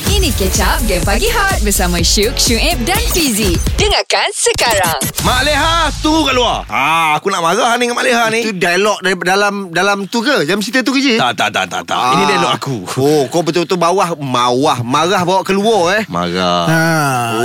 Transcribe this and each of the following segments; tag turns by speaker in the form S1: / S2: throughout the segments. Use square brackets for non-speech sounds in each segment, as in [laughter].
S1: Ini Catch Up Game Pagi Hot bersama Syuk, Syuib dan Fizi. Dengarkan sekarang.
S2: Mak Leha tu kat luar. Ha, aku nak marah ni dengan Mak Leha ni.
S3: Itu dialog dari dalam dalam tu ke? Dalam cerita tu ke je? Ah.
S2: Tak, tak, tak, tak. tak. Ini dialog aku.
S3: Oh, kau betul-betul bawah mawah marah bawa keluar eh.
S2: Marah.
S4: Ha,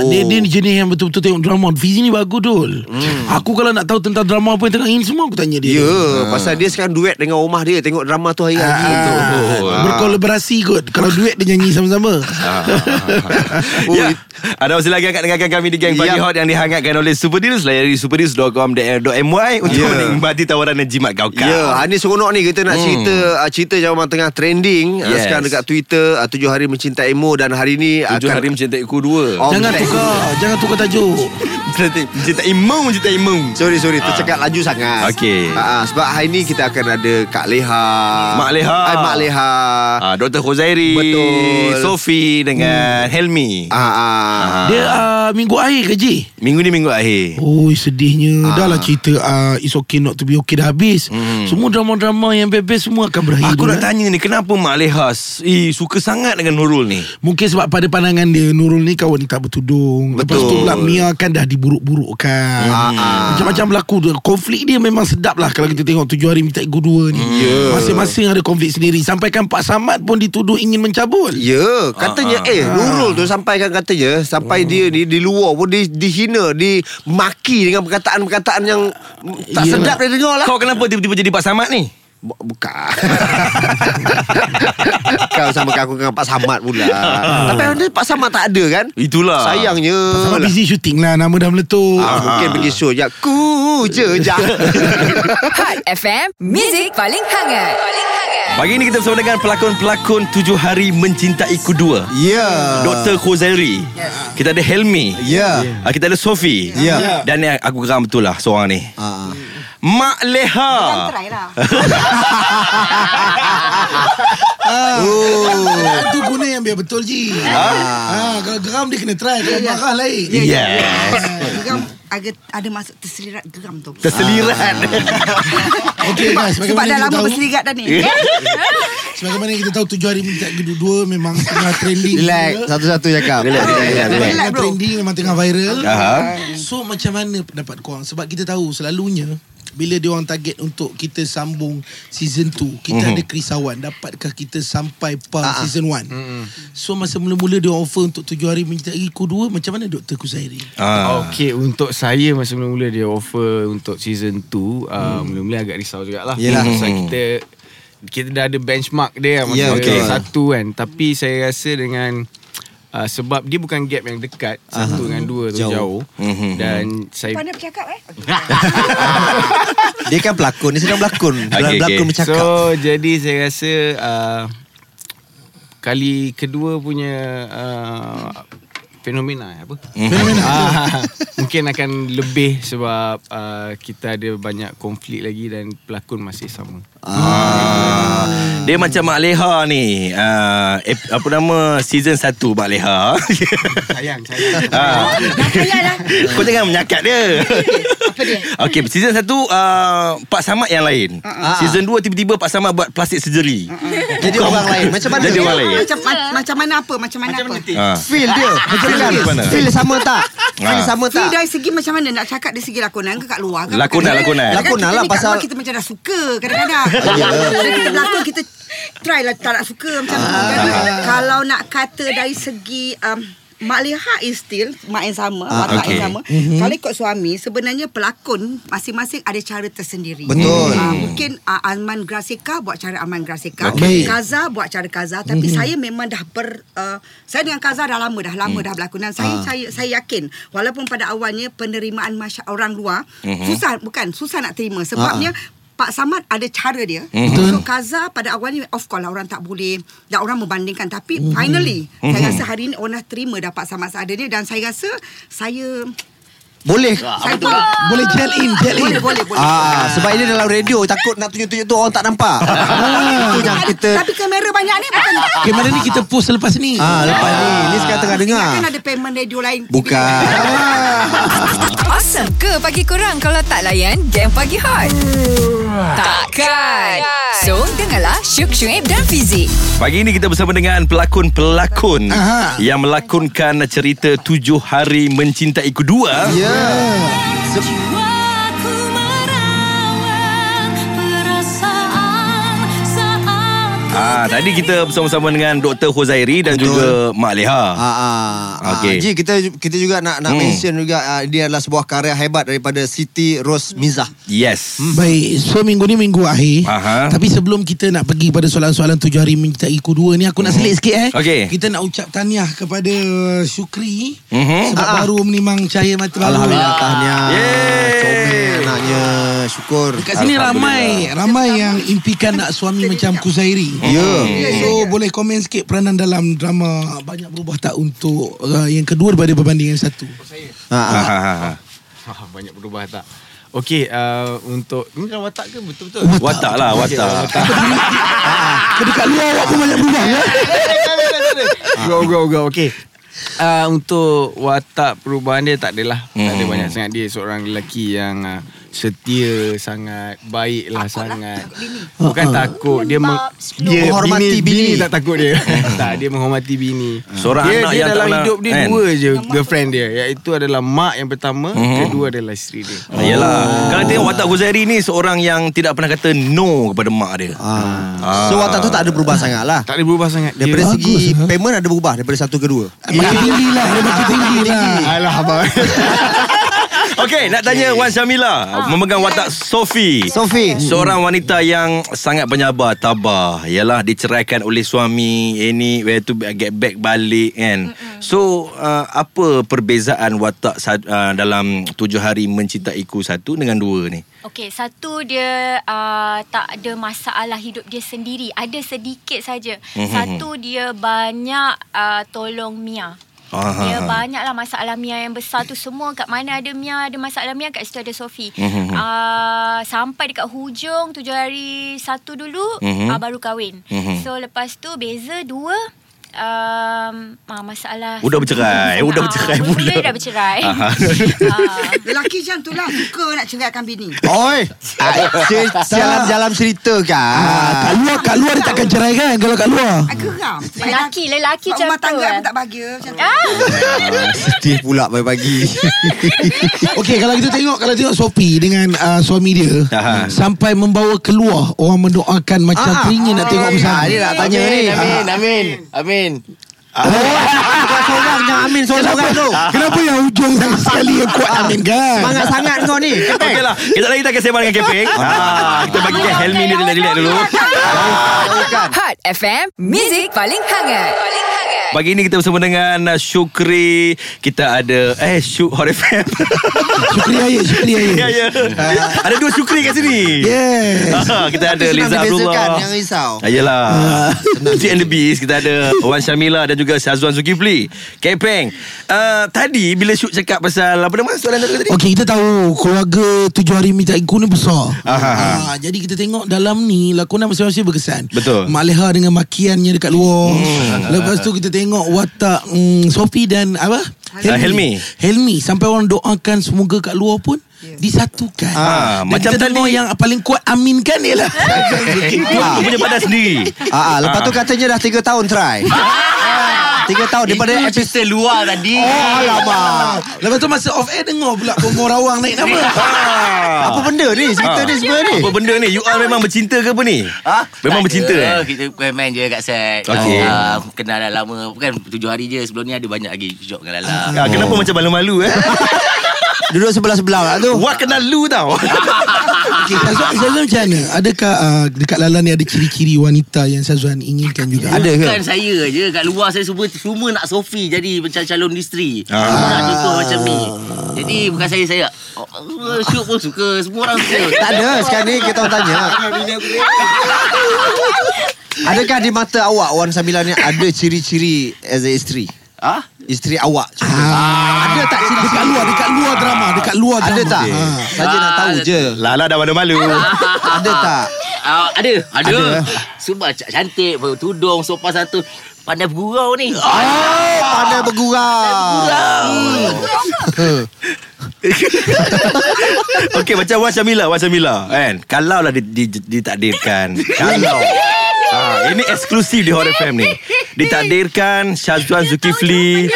S3: Oh.
S4: oh. dia, dia ni jenis yang betul-betul tengok drama Fizi ni bagus dul hmm. Aku kalau nak tahu tentang drama apa yang tengah ini semua Aku tanya
S3: Ya,
S4: dia
S2: Ah.
S3: yeah, pasal dia sekarang duet dengan rumah dia tengok drama tu hari
S5: Ya,
S3: lagi tu.
S5: Oh,
S4: Ah, berkolaborasi kot Kalau duet dia nyanyi sama-sama
S3: Oh,
S2: Ya.
S3: it-
S2: Ada usaha lagi akan dengarkan kami di Gang Pagi
S3: Ya.
S2: Hot yang dihangatkan oleh Super Deals. Layari superdeals.com.my untuk
S3: Ya.
S2: menikmati tawaran dan jimat Ah. kau Hmm.
S3: Ya, yeah, ni seronok ni kita nak cerita uh, cerita zaman tengah trending yes.
S2: Yes.
S3: sekarang dekat Twitter uh, 7 hari mencintaimu dan hari ni
S2: Tujuh hari mencintaiku dua.
S3: Oh,
S4: Jangan
S3: mencintai-
S4: tukar Jangan tukar tajuk
S2: Mencintai- Mencintaimu, mencintaimu.
S3: Sorry sorry tercakap laju sangat.
S2: Okey.
S3: Ah, ah, sebab hari ni kita akan ada Kak Leha.
S2: Mak Leha.
S3: Hai Mak Leha.
S2: Ah, Dr. Khuzairi
S3: Betul.
S2: Sofi dengan Helmi
S3: Ah, ah.
S4: Dia uh, minggu akhir ke Ji?
S2: Minggu ni minggu akhir
S4: Oi sedihnya Dah lah cerita uh, It's okay not to be okay dah habis hmm. Semua drama-drama yang bebas semua akan berakhir
S2: Aku
S4: dul,
S2: nak
S4: eh.
S2: tanya ni Kenapa Mak Leha s- eh, Suka sangat dengan Nurul ni
S4: Mungkin sebab pada pandangan dia Nurul ni kawan yang tak bertudung Lepas tu
S3: Betul.
S4: pula Mia kan dah diburuk-burukkan
S3: ah.
S4: Macam-macam berlaku tu. Konflik dia memang sedap lah Kalau kita tengok tujuh hari minta ego dua ni
S3: Ya.
S4: yeah. Masing-masing ada konflik sendiri Sampaikan Pak Samad pun dituduh ingin mencabul
S3: Ya, katanya eh Nurul tu sampaikan katanya sampai dia ni di luar pun di, dihina, dimaki dengan perkataan-perkataan yang tak
S4: Ya.
S3: sedap dia dengar lah.
S2: Kau kenapa tiba-tiba jadi Pak Samad ni
S3: Bu- Bukan. [laughs] Kau sama aku dengan Pak Samad pula. Tapi hari ni Pak Samad tak ada kan?
S2: Itulah
S3: Sayangnya.
S4: Pak Samad busy syuting lah Nama dah meletup
S3: Ah, mungkin pergi show je. Ku je je.
S1: Hot FM, Music paling hangat. Paling hangat.
S2: Pagi ni kita bersama dengan pelakon-pelakon Tujuh Hari Mencintaiku Dua
S5: Ya.
S2: Dr. Khuzairi Kita ada Helmi
S5: Ya.
S2: Ah, Kita ada Sofi
S5: Ya.
S2: Dan ni aku geram betul lah seorang ni
S5: Ah.
S2: Mak Leha
S4: Ah, Itu guna yang biar betul je ah. ah, Kalau geram dia kena try Kalau
S6: Ya.
S4: marah lain
S3: Ya,
S2: Yes
S6: Geram agak ada masuk terselirat geram tu.
S2: Terselirat
S4: Okay guys
S6: Sebab
S4: bagaimana
S6: dah
S4: kita
S6: lama
S4: tahu
S6: berselirat dah ni.
S4: Sebagaimana kita tahu tujuh hari minta kedua Memang tengah trending
S5: Relax
S4: juga.
S5: Satu-satu cakap
S2: Relax, relax, relax.
S4: Tengah
S6: Relax, bro.
S4: trending Memang tengah viral
S2: Aha.
S4: So macam mana pendapat korang Sebab kita tahu selalunya Bila dia orang target untuk kita sambung season 2 Kita
S2: Mhm.
S4: ada kerisauan Dapatkah kita sampai par
S2: Ah.
S4: season 1 So masa mula-mula dia orang offer Untuk tujuh hari mencintai ku dua Macam mana Dr. Kuzairi
S2: Ah.
S7: Okay untuk saya masa mula-mula dia offer untuk season 2 uh, mula-mula agak risau jugalah
S5: Hmm. Yelah. Hmm.
S7: Pasal kita kita dah ada benchmark dia kan, masa
S5: Ya,
S7: yeah,
S5: betul.
S7: okay. satu kan tapi saya rasa dengan uh, sebab dia bukan gap yang dekat satu dengan dua tu
S5: Jauh.
S7: jauh, jauh.
S2: Mhm.
S7: dan saya
S6: Pandai bercakap eh. Okay.
S5: Dia kan pelakon Dia sedang berlakon Dalam
S2: Okey,
S5: Berlakon
S2: okey.
S5: bercakap
S7: So jadi saya rasa uh, kali kedua punya uh, fenomena eh, apa? Fenomena. Ah, mungkin akan lebih sebab uh, kita ada banyak konflik lagi dan pelakon masih sama.
S2: Ah. Dia macam Mak Leha ni ah, ep, Apa nama Season 1 Mak Leha [laughs]
S7: Sayang, sayang.
S2: ah.
S6: Jangan lah.
S2: [laughs] Kau jangan menyakat dia Apa dia? [laughs] Okay season 1 uh, Pak Samad yang lain uh-uh. Season 2 tiba-tiba Pak Samad buat plastik surgery uh-uh.
S3: Jadi orang lain. Macam mana?
S2: Jadi orang lain
S6: Macam, ma- macam mana apa? Macam mana macam apa?
S2: ah.
S3: Feel dia. Macam
S2: mana?
S3: mana? Feel sama tak? Feel
S2: Ah.
S3: sama
S6: Feel
S3: tak?
S6: dari segi macam mana nak cakap dari segi lakonan ke kat luar ke?
S2: Lakonan,
S6: Bukan.
S2: lakonan.
S6: Kadang-kadang kita
S5: Lakonan lah,
S6: ni kat luar
S5: pasal-
S6: kita macam dah suka kadang-kadang. Bila kita berlakon kita try lah tak nak suka macam tu. Jadi, Kalau nak kata dari segi um, Mak Leha is still Mak yang sama
S5: Ah,
S6: Watak
S2: okay.
S6: yang sama mm-hmm. Kalau ikut suami Sebenarnya pelakon Masing-masing ada cara tersendiri
S5: Betul.
S6: Ah, Mungkin uh, Alman Grasika Buat cara Alman Grasika
S5: Okey.
S6: Kaza buat cara Kaza Tapi mm-hmm. saya memang dah ber uh, Saya dengan Kaza dah lama Dah lama mm. dah berlakon Dan saya, saya, saya yakin Walaupun pada awalnya Penerimaan masya- orang luar mm-hmm. Susah Bukan Susah nak terima Sebabnya Pak Samad ada cara dia So Kaza pada awalnya Of course lah orang tak boleh Dan orang membandingkan Tapi finally Saya rasa hari ini Orang dah terima dah Pak Samad seadanya Dan saya rasa Saya
S5: Boleh
S6: Saya boleh
S4: Boleh gel in gel in
S6: Boleh boleh, boleh.
S5: Ah, sebab ini dalam radio takut nak tunjuk-tunjuk tu orang tak nampak. Ah, itu yang
S6: Tapi-
S5: kita
S6: Tapi kamera banyak ni bukan
S4: Ah. Okay mana ni kita post selepas ni
S5: ah lepas ni ni sekarang tengah dengar.
S6: Ingatkan ada payment radio lain.
S5: Bukan.
S1: [laughs] Awesome ke pagi korang kalau tak layan game pagi hot? Takkan. So, dengarlah Syuk Syuib dan Fizik.
S2: Pagi ini kita bersama dengan pelakon-pelakon yang melakonkan cerita Tujuh Hari Mencintai Kedua. Ya. Ah, tadi kita bersama-sama dengan Dr. Huzairi dan
S5: Betul.
S2: juga Mak Leha.
S5: Ah, ah,
S2: Okey.
S5: okay. ah, Ji, kita kita juga nak
S2: Hmm.
S5: nak hmm. mention juga ah, dia adalah sebuah karya hebat daripada Siti Rosmizah.
S2: Yes.
S4: Hmm. Baik, so minggu ni minggu akhir
S2: Aha.
S4: Tapi sebelum kita nak pergi pada soalan-soalan tujuh hari mencintai kedua ni Aku nak selit sikit eh
S2: Okey.
S4: Kita nak ucap tahniah kepada Syukri
S2: Mhm.
S4: Sebab baru menimbang cahaya mata baru
S5: Alhamdulillah tahniah.
S2: Ah. Yeay.
S5: Comel anaknya. Syukur.
S4: Kat sini ramai Ramai yang impikan nak suami macam Kuzairi
S5: Ya.
S4: So boleh komen sikit peranan dalam drama Banyak berubah tak untuk uh, yang kedua daripada berbanding yang satu
S5: Ha,
S2: Ah,
S5: ha.
S2: ah, ah.
S7: Banyak berubah tak? Okey, uh, untuk ni dalam watak ke betul-betul?
S2: Watak lah,
S7: Okey,
S2: watak.
S4: Kedekat luar awak pun banyak berubah ya?
S2: Ah.
S7: Go go go Okay Uh, untuk watak perubahan dia tak adalah hmm. Tak ada banyak sangat Dia seorang lelaki yang uh, Setia sangat Baik lah sangat
S2: Ah.
S7: Bukan takut Dia meng- dia
S5: Menghormati
S7: bini,
S5: bini.
S7: tak takut
S2: [laughs]
S7: dia Tak dia menghormati bini
S2: Hmm. Seorang
S7: dia,
S2: anak
S7: dia
S2: yang tak
S7: dalam
S2: pernah-
S7: hidup dia
S2: kan?
S7: Dua je girlfriend dia Iaitu adalah mak yang pertama
S2: Hmm.
S7: Kedua adalah isteri dia
S2: Ah, Yalah. Kalau tengok watak Huzairi ni seorang yang tidak pernah kata no kepada mak dia.
S5: Ah. So watak tu tak ada berubah sangat lah.
S7: Tak ada berubah sangat dia,
S5: Daripada
S4: Bagus,
S5: segi
S4: ha?
S5: payment ada berubah daripada satu ke dua.
S4: Makin tinggi lah Dia makin tinggi lah
S7: Alah abang
S2: Okey, nak tanya Wan Syamila memegang watak Sophie. Hmm.
S5: Sofi.
S2: Seorang wanita yang sangat penyabar, tabah. Ialah diceraikan oleh suami, ini where to get back balik kan. So, uh, apa perbezaan watak sa- uh, dalam tujuh hari mencintaiku satu dengan dua ni?
S8: Okey, satu dia uh, tak ada masalah hidup dia sendiri. Ada sedikit saja.
S2: Mhm,
S8: Satu dia banyak uh, tolong Mia.
S2: Ah.
S8: Dia banyaklah masalah Mia yang besar tu semua kat mana ada Mia ada masalah Mia kat situ ada Sofi.
S2: Mhm.
S8: Uh, sampai dekat hujung tujuh hari satu dulu
S2: Mhm.
S8: uh, baru kahwin.
S2: Mhm.
S8: So lepas tu beza dua um, ah, masalah
S2: Udah bercerai, udah bercerai
S8: Ah,
S2: pula.
S8: Mula dah bercerai.
S2: Ah.
S8: Ah.
S6: Lelaki macam tu lah Suka nak ceraikan bini
S5: Oi. eh, Jalan-jalan cerita kan.
S4: Ah, Kat luar Kat luar dia takkan cerai kan Kalau kat luar
S6: Ah, Geram
S8: Lelaki, lelaki
S6: Sebab
S8: macam
S6: rumah
S8: tu.
S6: tangga
S8: eh.
S6: pun tak bahagia macam tu.
S5: Ah, Sedih pula pagi-pagi.
S4: Okey kalau kita tengok kalau tengok Sophie dengan uh, suami dia
S2: Aha.
S4: sampai membawa keluar orang mendoakan macam ah, teringin nak tengok bersama.
S5: Ah, dia nak tanya ni.
S9: Amin, amin, amin.
S5: Seorang jangan amin seorang-seorang tu.
S4: Kenapa yang hujung sangat sekali yang kuat amin kan?
S5: Semangat sangat kau ni.
S2: Okey lah. Kita lagi kita akan sembang dengan Keping. ah, kita bagikan Helmi ni relax-relax dulu.
S1: Hot FM, Music paling hangat. Paling hangat.
S2: Pagi ini kita bersama dengan uh, Syukri. Kita ada eh Syuk Hot FM.
S4: Syukri ayat, syukri
S2: [laughs] ya,
S4: ayat.
S2: ya. ada dua Syukri kat sini.
S4: Yes.
S2: Ah, kita ada
S5: Tapi senang
S2: Liza
S5: dibezakan,
S2: Abdullah.
S5: jangan risau.
S2: Ayolah. Cik and the Beast kita ada Wan Syamila dan juga Syazwan Zulkifli. Kepeng. Uh, tadi bila Syuk cakap pasal apa nama soalan tadi? tadi?
S4: Okey kita tahu keluarga tujuh hari minta iku ni besar.
S2: Aha.
S4: Ah, jadi kita tengok dalam ni lakonan masing-masing berkesan.
S2: Betul.
S4: Mak Leha dengan makiannya dekat luar. Lepas tu kita tengok watak mm, Sophie dan apa?
S2: Ah, Helmi.
S4: Helmi sampai orang doakan semoga kat luar pun disatukan.
S2: Ah,
S4: Dan
S2: macam
S4: kita tengok
S2: tadi-
S4: yang paling kuat Amin kan ialah.
S2: Dia punya padan sendiri.
S5: Ah, ah, lepas tu katanya dah 3 tahun [laughs] try. 3 tahun daripada
S9: Itu
S5: episode
S9: cerita luar tadi.
S5: Oh, alamak.
S4: Lepas tu masa off air dengar pula Pemor awang naik nama.
S2: Ah.
S5: Apa benda ni? Cerita ni semua ni.
S2: Apa benda ni? You all memang bercinta ke apa ni?
S9: Ha?
S2: Memang
S9: Tak
S2: bercinta
S9: ada.
S2: eh?
S9: Kita bukan main je kat set.
S2: Okey.
S9: Ah, kenal dah lama. Bukan tujuh hari je. Sebelum ni ada banyak lagi job dengan Lala.
S2: Ah, kenapa macam malu-malu eh?
S5: Duduk sebelah-sebelah lah tu.
S2: Wah kena lu tau.
S4: Okey,
S5: Ah.
S4: Sazwan, Sazwan macam mana? Adakah uh, dekat Lala ni ada ciri-ciri wanita yang Sazwan inginkan juga?
S5: Ada ke?
S9: Bukan saya je Kat luar saya semua Semua nak Sofi Jadi macam calon isteri ah. Semua nak contoh macam ni Jadi bukan saya Saya oh, Semua syuk pun suka Semua orang suka [laughs]
S5: Tak ada. Sekarang ni kita orang tanya. Adakah di mata awak Wan Samila ni ada ciri-ciri as a isteri?
S9: Ha?
S5: Isteri awak contoh.
S4: Ah, ada tak ciri dekat luar dekat luar drama dekat luar drama
S5: Ada tak?
S4: Ha.
S5: Saja nak tahu je.
S2: Lala dah malu-malu.
S5: Ada tak?
S9: Ah, ada Ada, ada. Sebab cantik Tudung Sopan satu Pandai bergurau ni ah.
S5: pandai bergurau.
S2: Okey macam Wan Syamila Wan Syamila kan Kalau lah di, di, ditakdirkan Kalau ha, Ini eksklusif di Horror FM ni Ditakdirkan Syazwan Zulkifli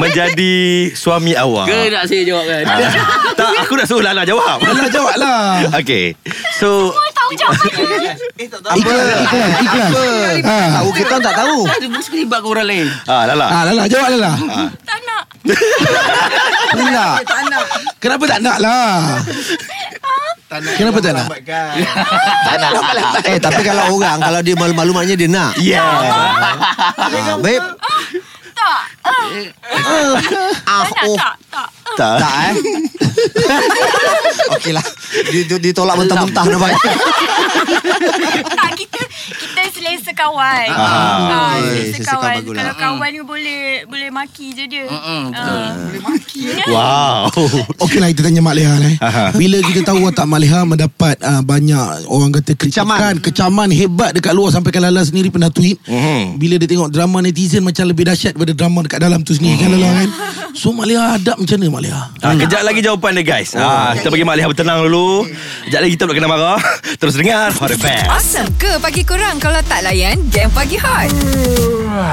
S2: Menjadi suami awak
S9: Ke nak saya jawab kan?
S2: Ah, Tak aku nak suruh Lana jawab
S4: Alah jawab lah
S2: Okay So
S8: Tahu jawapannya.
S5: Ikhlas, ikhlas, ikhlas.
S4: Ah.
S5: Ha. Tahu kita orang tak tahu.
S9: Ada bos kelibat ke orang lain.
S2: ah, Lala
S4: Ah, lah, lah, jawab lah, lah.
S8: Tak nak.
S5: Pula.
S6: Tak nak
S4: Kenapa tak nak lah? Kenapa tak nak?
S5: Eh tapi kalau orang kalau dia malu-malu maknanya dia nak.
S4: Ya.
S2: Yeah
S5: Ha, babe.
S8: Tak.
S5: Ah,
S8: Tak nak.
S5: oh.
S8: Tak. Tak.
S2: Tak lah.
S5: Tak
S2: [laughs]
S5: eh. Okeylah. Dia ditolak mentah-mentah [laughs] nampaknya.
S8: tak kita kita selesa kawan. Ah,
S5: eh,
S8: selesa kawan.
S5: selesa kawan bagus lah.
S8: Kalau kawan ni boleh boleh maki je dia.
S9: Mm-mm,
S8: Ah.
S2: Wow
S4: Okey lah kita tanya Mak Leha lah eh.
S2: Aha.
S4: Bila kita tahu watak Mak Leha mendapat uh, banyak orang kata kritikan, kecaman. kecaman hebat dekat luar sampai kan Lala sendiri pernah tweet.
S2: Mhm.
S4: Bila dia tengok drama netizen macam lebih dahsyat daripada drama dekat dalam tu sendiri
S2: Mhm.
S4: kan Lala kan. So Mak Leha adab macam mana Mak Leha?
S2: Ah, kejap lagi jawapan dia guys ah, Kita bagi Mak Leah bertenang dulu Kejap lagi kita nak kena marah Terus dengar Horror FM
S1: Awesome ke pagi kurang kalau tak layan game pagi hot?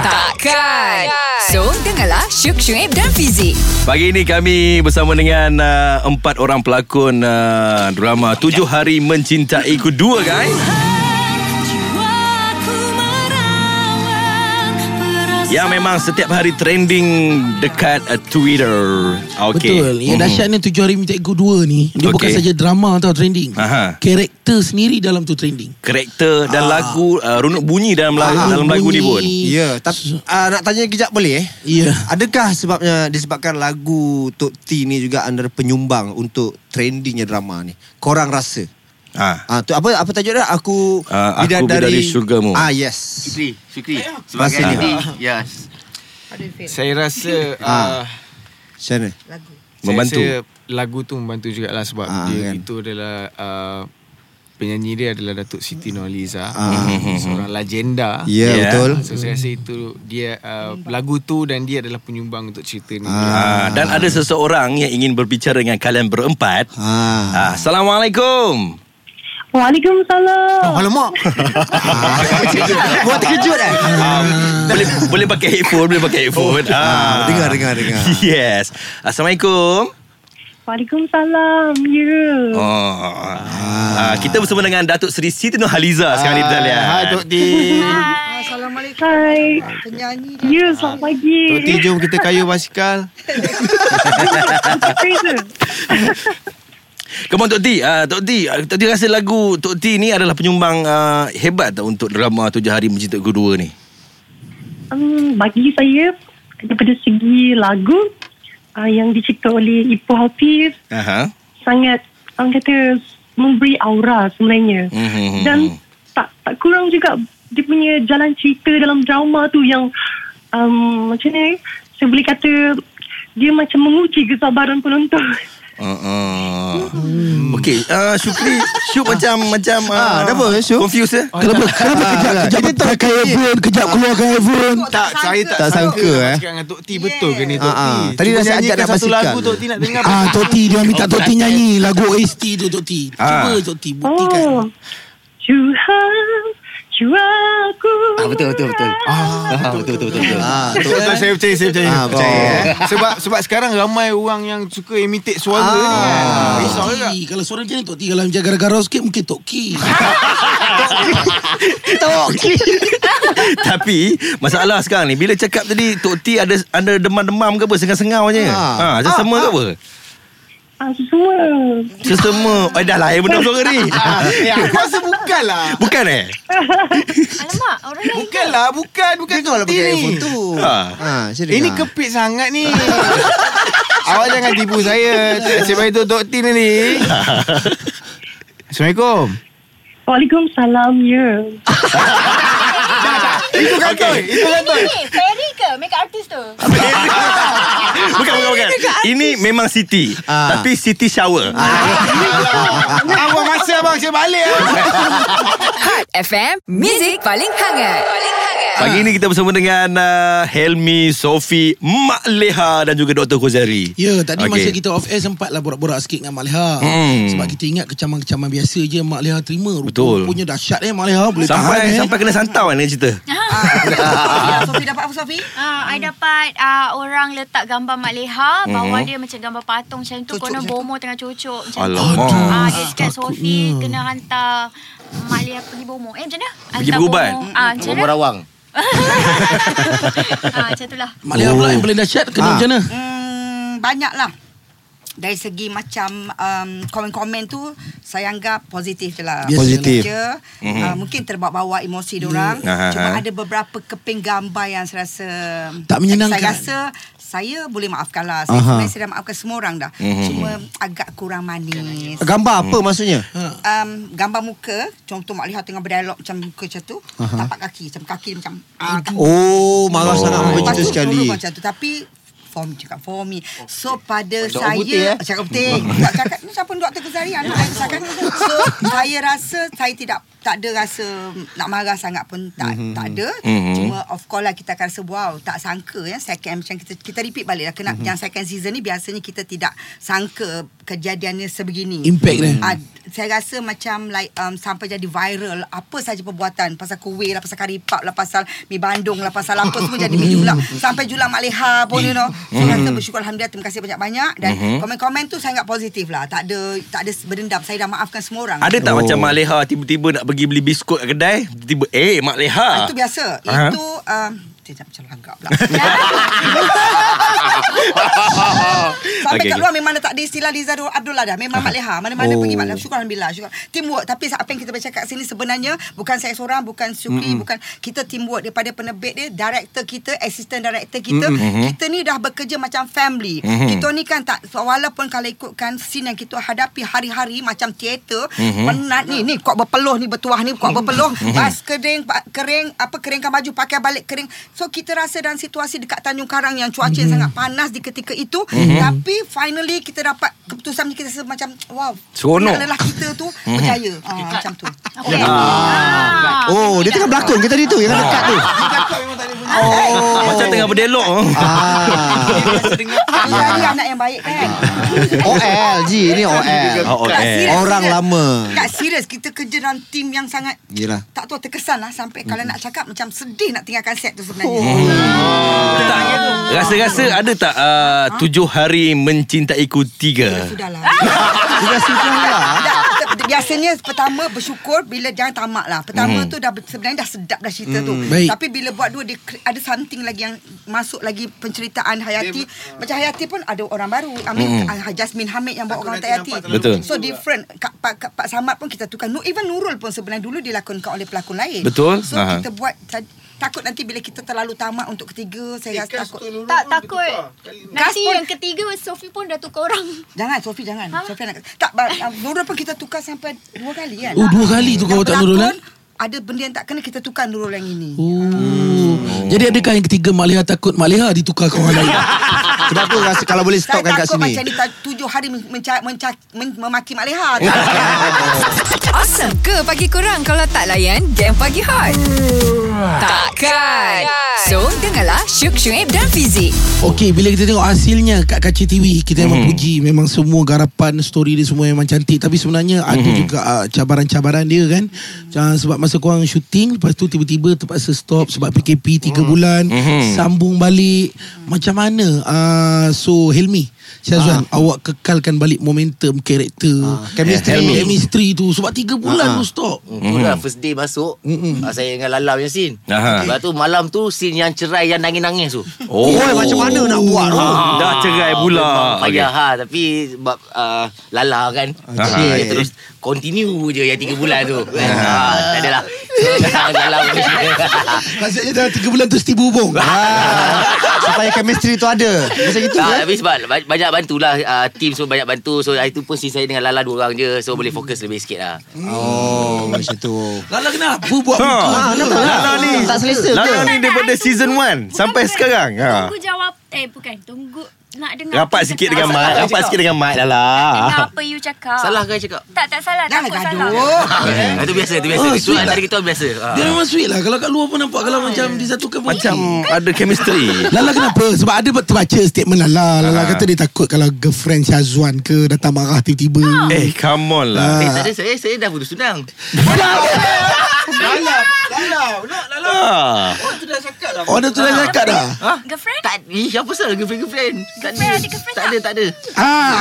S1: Takkan. So, dengarlah Syuk Syuib dan Fizik.
S2: Pagi ini kami bersama dengan uh, empat orang pelakon uh, drama Tujuh Hari Mencintai Kedua guys. Yang memang setiap hari trending dekat uh, Twitter. Mhm. Okay.
S4: Betul. Yang dahsyat ni tujuh hari minta ego dua ni. Dia
S2: Okey.
S4: bukan saja drama tau trending.
S2: Aha.
S4: Karakter sendiri dalam tu trending.
S2: Karakter dan lagu uh, runut bunyi dalam lagu
S4: Ah,
S2: dalam lagu ni
S4: bunyi.
S2: pun.
S5: Ya, tapi uh, nak tanya kejap boleh eh?
S4: Ya.
S5: Adakah sebabnya disebabkan lagu Tok T ni juga antara penyumbang untuk trendingnya drama ni? Korang rasa?
S2: Ha.
S5: Ah, tu apa apa tajuk dia? Aku
S2: Ah, Aku Bidadari Syurgamu.
S5: Ah, yes.
S9: Fikri, Fikri. Sebagai
S5: Masa
S9: ni. Yes.
S7: Saya rasa
S2: Ah.
S7: uh,
S5: Macam mana?
S2: Membantu.
S7: Saya rasa lagu tu membantu jugalah sebab ah,
S5: Ah,
S7: dia
S5: kan.
S7: kan. itu adalah uh, penyanyi dia adalah Datuk Siti Nurhaliza.
S5: Ah.
S7: Seorang legenda. Ah,
S5: Ya, yeah,
S2: Yeah.
S5: betul.
S7: So saya rasa itu dia uh, lagu tu dan dia adalah penyumbang untuk cerita ni.
S2: Ah, dan ada seseorang yang ingin berbicara dengan kalian berempat.
S5: Ah.
S2: Ah,
S7: Ah,
S2: Assalamualaikum.
S5: Oh, alamak. [laughs] Buat terkejut eh.
S2: Um, boleh boleh pakai headphone, boleh pakai headphone. Ah.
S5: dengar, dengar, dengar.
S2: Yes. Assalamualaikum.
S10: Waalaikumsalam. Ya. Yeah.
S2: Oh. Ah. kita bersama dengan Datuk Seri Siti Nurhaliza sekarang ni Dalia.
S7: Hai Tok Ti.
S6: Assalamualaikum
S10: Hai.
S6: Penyanyi
S10: Ya,
S6: dia
S10: yeah, selamat pagi.
S7: Tok Ti jom kita kayu basikal.
S10: Apa itu?
S2: Come on Tok Ti. Ah, Tok Ti, ah, Tok Ti rasa lagu Tok Ti ni adalah penyumbang ah, hebat tak untuk drama Tujuh Hari Mencintai Kedua ni?
S10: Um, bagi saya, daripada segi lagu uh, yang dicipta oleh Ipoh Hafiz,
S2: Aha.
S10: sangat orang kata memberi aura sebenarnya.
S5: Hmm.
S2: Mhm.
S10: Dan tak tak kurang juga dia punya jalan cerita dalam drama tu yang um, macam ni saya boleh kata dia macam menguji kesabaran penonton.
S2: Uh, uh. Okey, ah, Syukri, Syuk macam macam ah,
S5: kenapa, Syuk? Oh,
S2: Confused eh?
S4: Kenapa kenapa kejap kejap pakai earphone, kejap keluarkan earphone.
S7: Tak, [laughs] saya tak,
S5: Tak sangka eh.
S7: Cakap dengan Tok Ti betul ke ni Tok
S5: Ah, ah.
S7: Ti?
S5: Tadi
S7: Cuba
S5: dah saya ajak
S7: nyanyikan
S5: nak
S7: satu
S5: basikal.
S7: lagu Tok Ti nak dengar.
S4: Ah, Tok T dia minta Tok T nyanyi lagu OST tu Tok T. Cuba Tok T
S6: Oh.
S4: buktikan.
S10: Tuhan, Juaku.
S9: Ah, betul, betul, betul. Ah, betul, betul, betul. betul.
S5: Ah,
S7: Betul, betul, saya percaya, saya percaya. Oh.
S5: Ah, percaya, eh.
S7: Sebab sebab sekarang ramai orang yang suka imitate suara
S5: Ah.
S7: ni kan. Risau juga.
S4: Tok T, kalau suara macam ni Tok T kalau macam gara-gara sikit mungkin Tok K.
S2: [laughs] Tapi masalah sekarang ni bila cakap tadi Tok T ada ada demam-demam ke apa sengau-sengau je. Ha,
S5: Ah.
S2: sesama ke apa?
S10: Ah, semua.
S2: Sesama. Eh dah lain benda suara
S4: [laughs]
S2: ni.
S7: Ya, aku rasa bukan lah.
S2: Bukan eh?
S8: Alamak, orang lain.
S7: Bukan lah, bukan. Bukan
S5: Tengok lah
S7: Tok Ti
S5: pakai
S7: ni.
S5: handphone tu.
S2: Ha.
S5: Ah, saya
S7: Ini
S5: dengar.
S7: kepit sangat
S5: [laughs]
S7: ni. Awak jangan tipu saya. Saya bagi tu Tok Ti [laughs] ni. Assalamualaikum.
S10: Waalaikumsalam, ya.
S7: Itu kan, kantoi. Itu kantoi.
S8: Ni, Ferry ke make up artist tu?
S2: bukan, bukan, bukan. Ini memang Siti.
S5: Ah.
S2: Tapi Siti shower.
S4: Ah.
S7: Abang masa abang saya balik. ah.
S1: Hot FM, music paling hangat. Paling hangat.
S2: Pagi ini kita bersama dengan uh, Helmi, Sofi, Mak Leha dan juga Dr. Khuzari.
S4: Ya, tadi okay. masa kita off air sempatlah borak-borak sikit dengan Mak Leha.
S2: Hmm.
S4: Sebab kita ingat kecaman-kecaman biasa je Mak Leha terima. Rupa
S2: Betul.
S4: punya dahsyat eh Mak Leha boleh tahan
S2: Sampai
S4: eh.
S2: sampai kena santau kan dengan cerita.
S6: Ah, Sofi dapat apa Sofi?
S8: Ah,
S2: Hmm.
S8: I dapat ah, orang letak gambar Mak Leha Bawah dia macam gambar patung macam tu Konon bomo tengah cocok macam tu
S2: Alamak.
S8: ah, Dia cakap Sofi kena hantar Mak Leha pergi bomo Eh macam mana?
S2: Pergi berubat?
S8: bomo. Ah, macam
S9: Orang
S8: mana?
S9: Barawang
S8: [laughs] ah, macam tu lah
S4: Mak Leha pula yang paling dahsyat kena macam mana?
S6: Hmm, banyak lah. Dari segi macam um, komen-komen tu saya anggap positif je lah.
S4: Biasa
S5: Positif.
S6: Je, mm-hmm. uh, mungkin terbawa-bawa emosi yeah. orang.
S2: Ah,
S6: Cuma
S2: ah.
S6: ada beberapa keping gambar yang saya rasa
S4: Tak menyenangkan.
S6: Saya rasa saya boleh maafkan lah. Saya sebenarnya saya dah maafkan semua orang dah. Mm-hmm. Cuma agak kurang manis.
S5: Gambar apa maksudnya?
S6: Um, gambar muka contoh mak lihat tengah berdialog macam muka macam tu, uh-huh. tapak kaki macam kaki dia macam ah, kaki
S5: Oh, marah sangat
S2: Oh.
S5: begitu
S6: Patut
S5: sekali.
S6: dulu macam tu Tapi For me cakap for me So pada
S9: Cakap
S6: saya
S9: orang putih, eh?
S6: Cakap putih Buat cakap ni Siapa ni Dr. Kezari Anak saya cakap So saya rasa Saya tidak Tak ada rasa Nak marah sangat pun Tak mm-hmm. tak ada mm-hmm. Cuma of course lah Kita akan rasa wow Tak sangka ya Second macam kita Kita repeat balik lah kena, mm-hmm. Yang second season ni Biasanya kita tidak Sangka Kejadiannya sebegini
S4: Impact dia.
S6: Ah, saya rasa macam like um, sampai jadi viral apa saja perbuatan pasal kuih lah pasal kari pap lah pasal mi bandung lah pasal apa semua jadi mi julak sampai julak Mak Leha pun you know so rasa bersyukur Alhamdulillah terima kasih banyak-banyak dan komen-komen tu saya ingat positif lah tak ada tak ada berdendam saya dah maafkan semua orang
S2: Ada tak oh. macam Mak Leha tiba-tiba nak pergi beli biskut kat kedai, tiba-tiba eh Mak Leha.
S6: Ah, itu biasa
S2: Ah.
S6: itu um, Sekejap macam langgar [laughs] pula Sampai
S2: Okey,
S6: okay, Ha. kat
S2: okey.
S6: luar memang dah tak ada istilah Liza Dur- Abdullah dah Memang Mak Leha Mana-mana
S2: Oh.
S6: pergi Mak Leha Syukur Alhamdulillah syukur. Teamwork Tapi apa yang kita bercakap sini sebenarnya Bukan saya seorang Bukan Syukri mm Bukan Kita teamwork daripada penerbit dia Director kita Assistant director kita mm Kita ni dah bekerja macam family mm Kita ni kan tak Walaupun kalau ikutkan Scene yang kita hadapi hari-hari Macam teater
S5: Mhm.
S6: mm Penat ni Ni kau berpeluh ni Bertuah ni kau berpeluh Bas kering pa- Kering Apa keringkan baju Pakai balik kering So kita rasa dalam situasi Dekat Tanjung Karang Yang cuaca
S5: Mhm.
S6: yang sangat panas Di ketika itu Tapi finally Kita dapat Keputusan ni kita rasa macam Wow
S2: Seronok.
S6: Adalah kita tu
S5: Mhm.
S6: Percaya Ah, Macam tu
S8: okay. ah.
S5: Oh, dia tengah berlakon ke tadi tu? Yang dekat tu.
S2: Oh. Macam tengah berdialog.
S5: [laughs]
S6: Hari-hari anak yang baik kan
S5: OL Ji, ni
S2: [laughs]
S5: OL.
S6: Kak,
S2: Oh, okay.
S6: serius,
S5: Orang
S6: serius.
S5: lama.
S6: Kak serius Kita kerja dalam tim yang sangat
S5: Yelah.
S6: Tak tahu terkesan lah Sampai
S5: Mhm.
S6: kalau nak cakap Macam sedih nak tinggalkan set tu sebenarnya
S5: Oh.
S2: Tak. Rasa-rasa ada tak uh, tujuh hari mencintaiku tiga?
S6: Sudahlah
S5: lah, Sudah sudah lah.
S6: Tak, lah. Biasanya pertama bersyukur bila jangan tamak lah. Pertama tu dah ber- sebenarnya dah sedap dah cerita tu.
S4: Baik.
S6: Tapi bila buat dua dia cre- ada something lagi yang masuk lagi penceritaan Hayati. Macam Hayati pun ada orang baru. Amin ah, Jasmine Hamid yang buat orang tak Hayati.
S2: Betul.
S6: So different. Kak Pak, Kak, Pak Samad pun kita tukar. Nu- Even Nurul pun sebenarnya dulu dilakonkan oleh pelakon lain.
S2: Betul.
S6: So
S2: Aha.
S6: kita buat sa- takut nanti bila kita terlalu tamak untuk ketiga saya rasa takut.
S8: Tak takut
S6: Kas
S8: Nanti
S6: pun-
S8: yang ketiga Sofi pun dah tukar orang
S6: Jangan Sofi jangan. Ha? Sofi nak tak ba- ah, Nurul pun kita tukar sampai dua kali kan.
S4: Oh, dua kali tu kau
S6: Yang
S4: tak Nurul kan?
S6: pelakon, Ada benda yang tak kena kita tukar Nurul yang ini.
S4: Oh. Jadi adakah yang ketiga Mak Leha takut Mak Leha ditukar ke orang lain?
S5: Kenapa rasa kalau boleh
S6: Saya
S5: stopkan kat
S6: takut
S5: sini?
S6: macam ni tak- tujuh hari men- menca- menca- men- memaki Mak Leha. Tak-
S4: [laughs]
S1: Awesome ke pagi korang kalau tak layan game pagi hot? Takkan. So, dengarlah Syuk Syuib dan Fizik.
S4: Okey, bila kita tengok hasilnya kat kaca TV, kita memang puji memang semua garapan story dia semua memang cantik tapi sebenarnya ada juga uh, cabaran-cabaran dia kan. Uh, sebab masa korang syuting lepas tu tiba-tiba terpaksa stop sebab PKP 3 bulan, sambung balik. Macam mana? Uh, so Helmi, Syazwan, awak kekalkan balik momentum karakter.
S5: chemistry.
S4: Helmi. chemistry tu sebab 3 bulan tu stop.
S9: Tu lah first day masuk mm Saya dengan Lala punya scene
S2: Aha.
S9: Lepas tu malam tu Scene yang cerai Yang nangis-nangis tu
S2: Oh,
S5: Oi, macam mana nak buat? tu?
S2: Ah, dah cerai pula.
S9: Memang
S2: Okey.
S9: payah ha, Tapi sebab uh, Lala kan
S5: Okey.
S9: Saya terus Continue je Yang tiga bulan tu kan? ha, Tak adalah [laughs] So, Lala punya scene. [laughs]
S4: Maksudnya dalam 3 bulan terus tiba hubung.
S5: Ha. Ah, [laughs] supaya chemistry tu ada. Macam itu
S9: Tak,
S5: kan?
S9: Ah, tapi sebab ba- banyak bantulah uh, Team semua banyak bantu So hari tu pun scene saya dengan Lala dua orang je So boleh fokus lebih sikit lah
S5: Oh, macam tu.
S4: Lala kenapa buat
S2: Ha.
S4: muka?
S5: Kenapa lah? Tak selesa ke?
S2: Lala ni daripada season 1 sampai sekarang. Ha.
S8: Tunggu jawab Eh bukan Tunggu nak dengar apa
S2: Rapat sikit
S8: cakap.
S2: dengan mic Rapat sikit dengan mic dah lah
S8: Dengar apa you cakap
S9: Salah ke I cakap?
S8: Tak tak salah
S6: Dah
S8: Takut
S6: gaduh.
S8: salah
S9: Ah, Itu biasa, itu biasa.
S4: Oh,
S9: Itu
S4: sweet lah.
S9: antara kita orang biasa. Ah.
S4: Dia memang sweet lah Kalau kat luar pun nampak Kalau
S5: Ah, ya.
S4: macam disatukan pun
S2: Macam
S4: okey.
S2: ada chemistry
S4: Lala kenapa? Sebab ada terbaca statement Lala. Lala
S2: Ah.
S4: kata dia takut kalau girlfriend Syazwan ke datang marah tiba-tiba.
S5: Ah.
S2: Eh come on lah
S9: Eh,
S5: Ha.
S9: tak ada, saya saya dah putus tunang.
S4: Lala.
S2: Ah.
S9: Tu dah cakap dah.
S4: Oh, dia tu dah cakap dah.
S9: Ha?
S8: Girlfriend?
S9: Tak, eh, apa pasal girlfriend-girlfriend? Tak
S8: Girlfriend, ada girlfriend
S9: Tak ada, tak ada.
S4: Ah.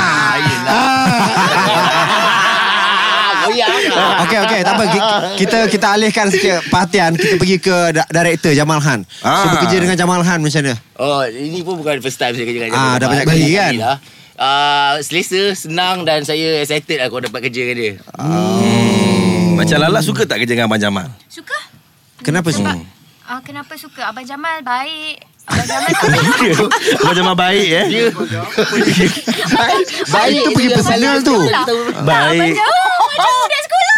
S9: Ah, goyang.
S5: Okey okey tak apa Ki- kita kita alihkan sikit perhatian kita pergi ke da- director Jamal Han. So
S2: Ah.
S5: bekerja dengan Jamal Han macam mana?
S9: Oh, ini pun bukan first time saya kerja dengan
S5: Ah, dah banyak kali kan?
S9: Lah. Uh, selesa, senang dan saya excited lah kalau dapat kerja dengan dia.
S2: Hmm, Macam Lala suka tak kerja dengan Abang Jamal?
S8: Suka?
S5: Kenapa sih?
S8: Sebab, ah, kenapa suka? Abang Jamal baik. Abang
S5: [laughs]
S8: Jamal tak
S7: kan.
S2: Abang Jamal baik eh
S7: Ya,
S9: Dia
S5: Baik tu pergi personal tu.
S8: Abang
S2: Baik
S8: Jamal Oh, macam budak sekolah.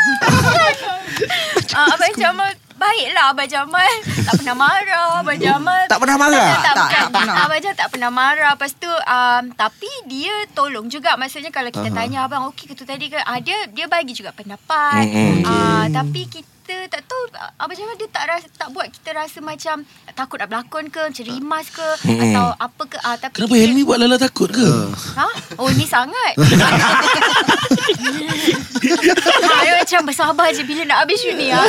S8: Ah, Abang Jamal baiklah Abang Jamal. Tak pernah marah Abang Jamal.
S5: Tak pernah marah?
S8: Tak, tak,
S6: Tak, tak
S8: pernah.
S6: pernah.
S8: Abang Jamal tak pernah marah. Lepas tu um, tapi dia tolong juga maksudnya kalau kita uh-huh. tanya abang okey ke tu tadi ke ah, dia dia bagi juga pendapat.
S2: Mm-mm.
S8: Ah, tapi kita tak tahu ah, Abang Jamal dia tak rasa, tak buat kita rasa macam takut nak berlakon ke, macam rimas ke atau apa ke ah, tapi
S4: Kenapa
S8: kita-
S4: Helmi buat Lala takut ke?
S5: Ah.
S8: Ha? Oh ni sangat [laughs] Saya Ah, macam bersabar je Bila nak habis shoot ni ha?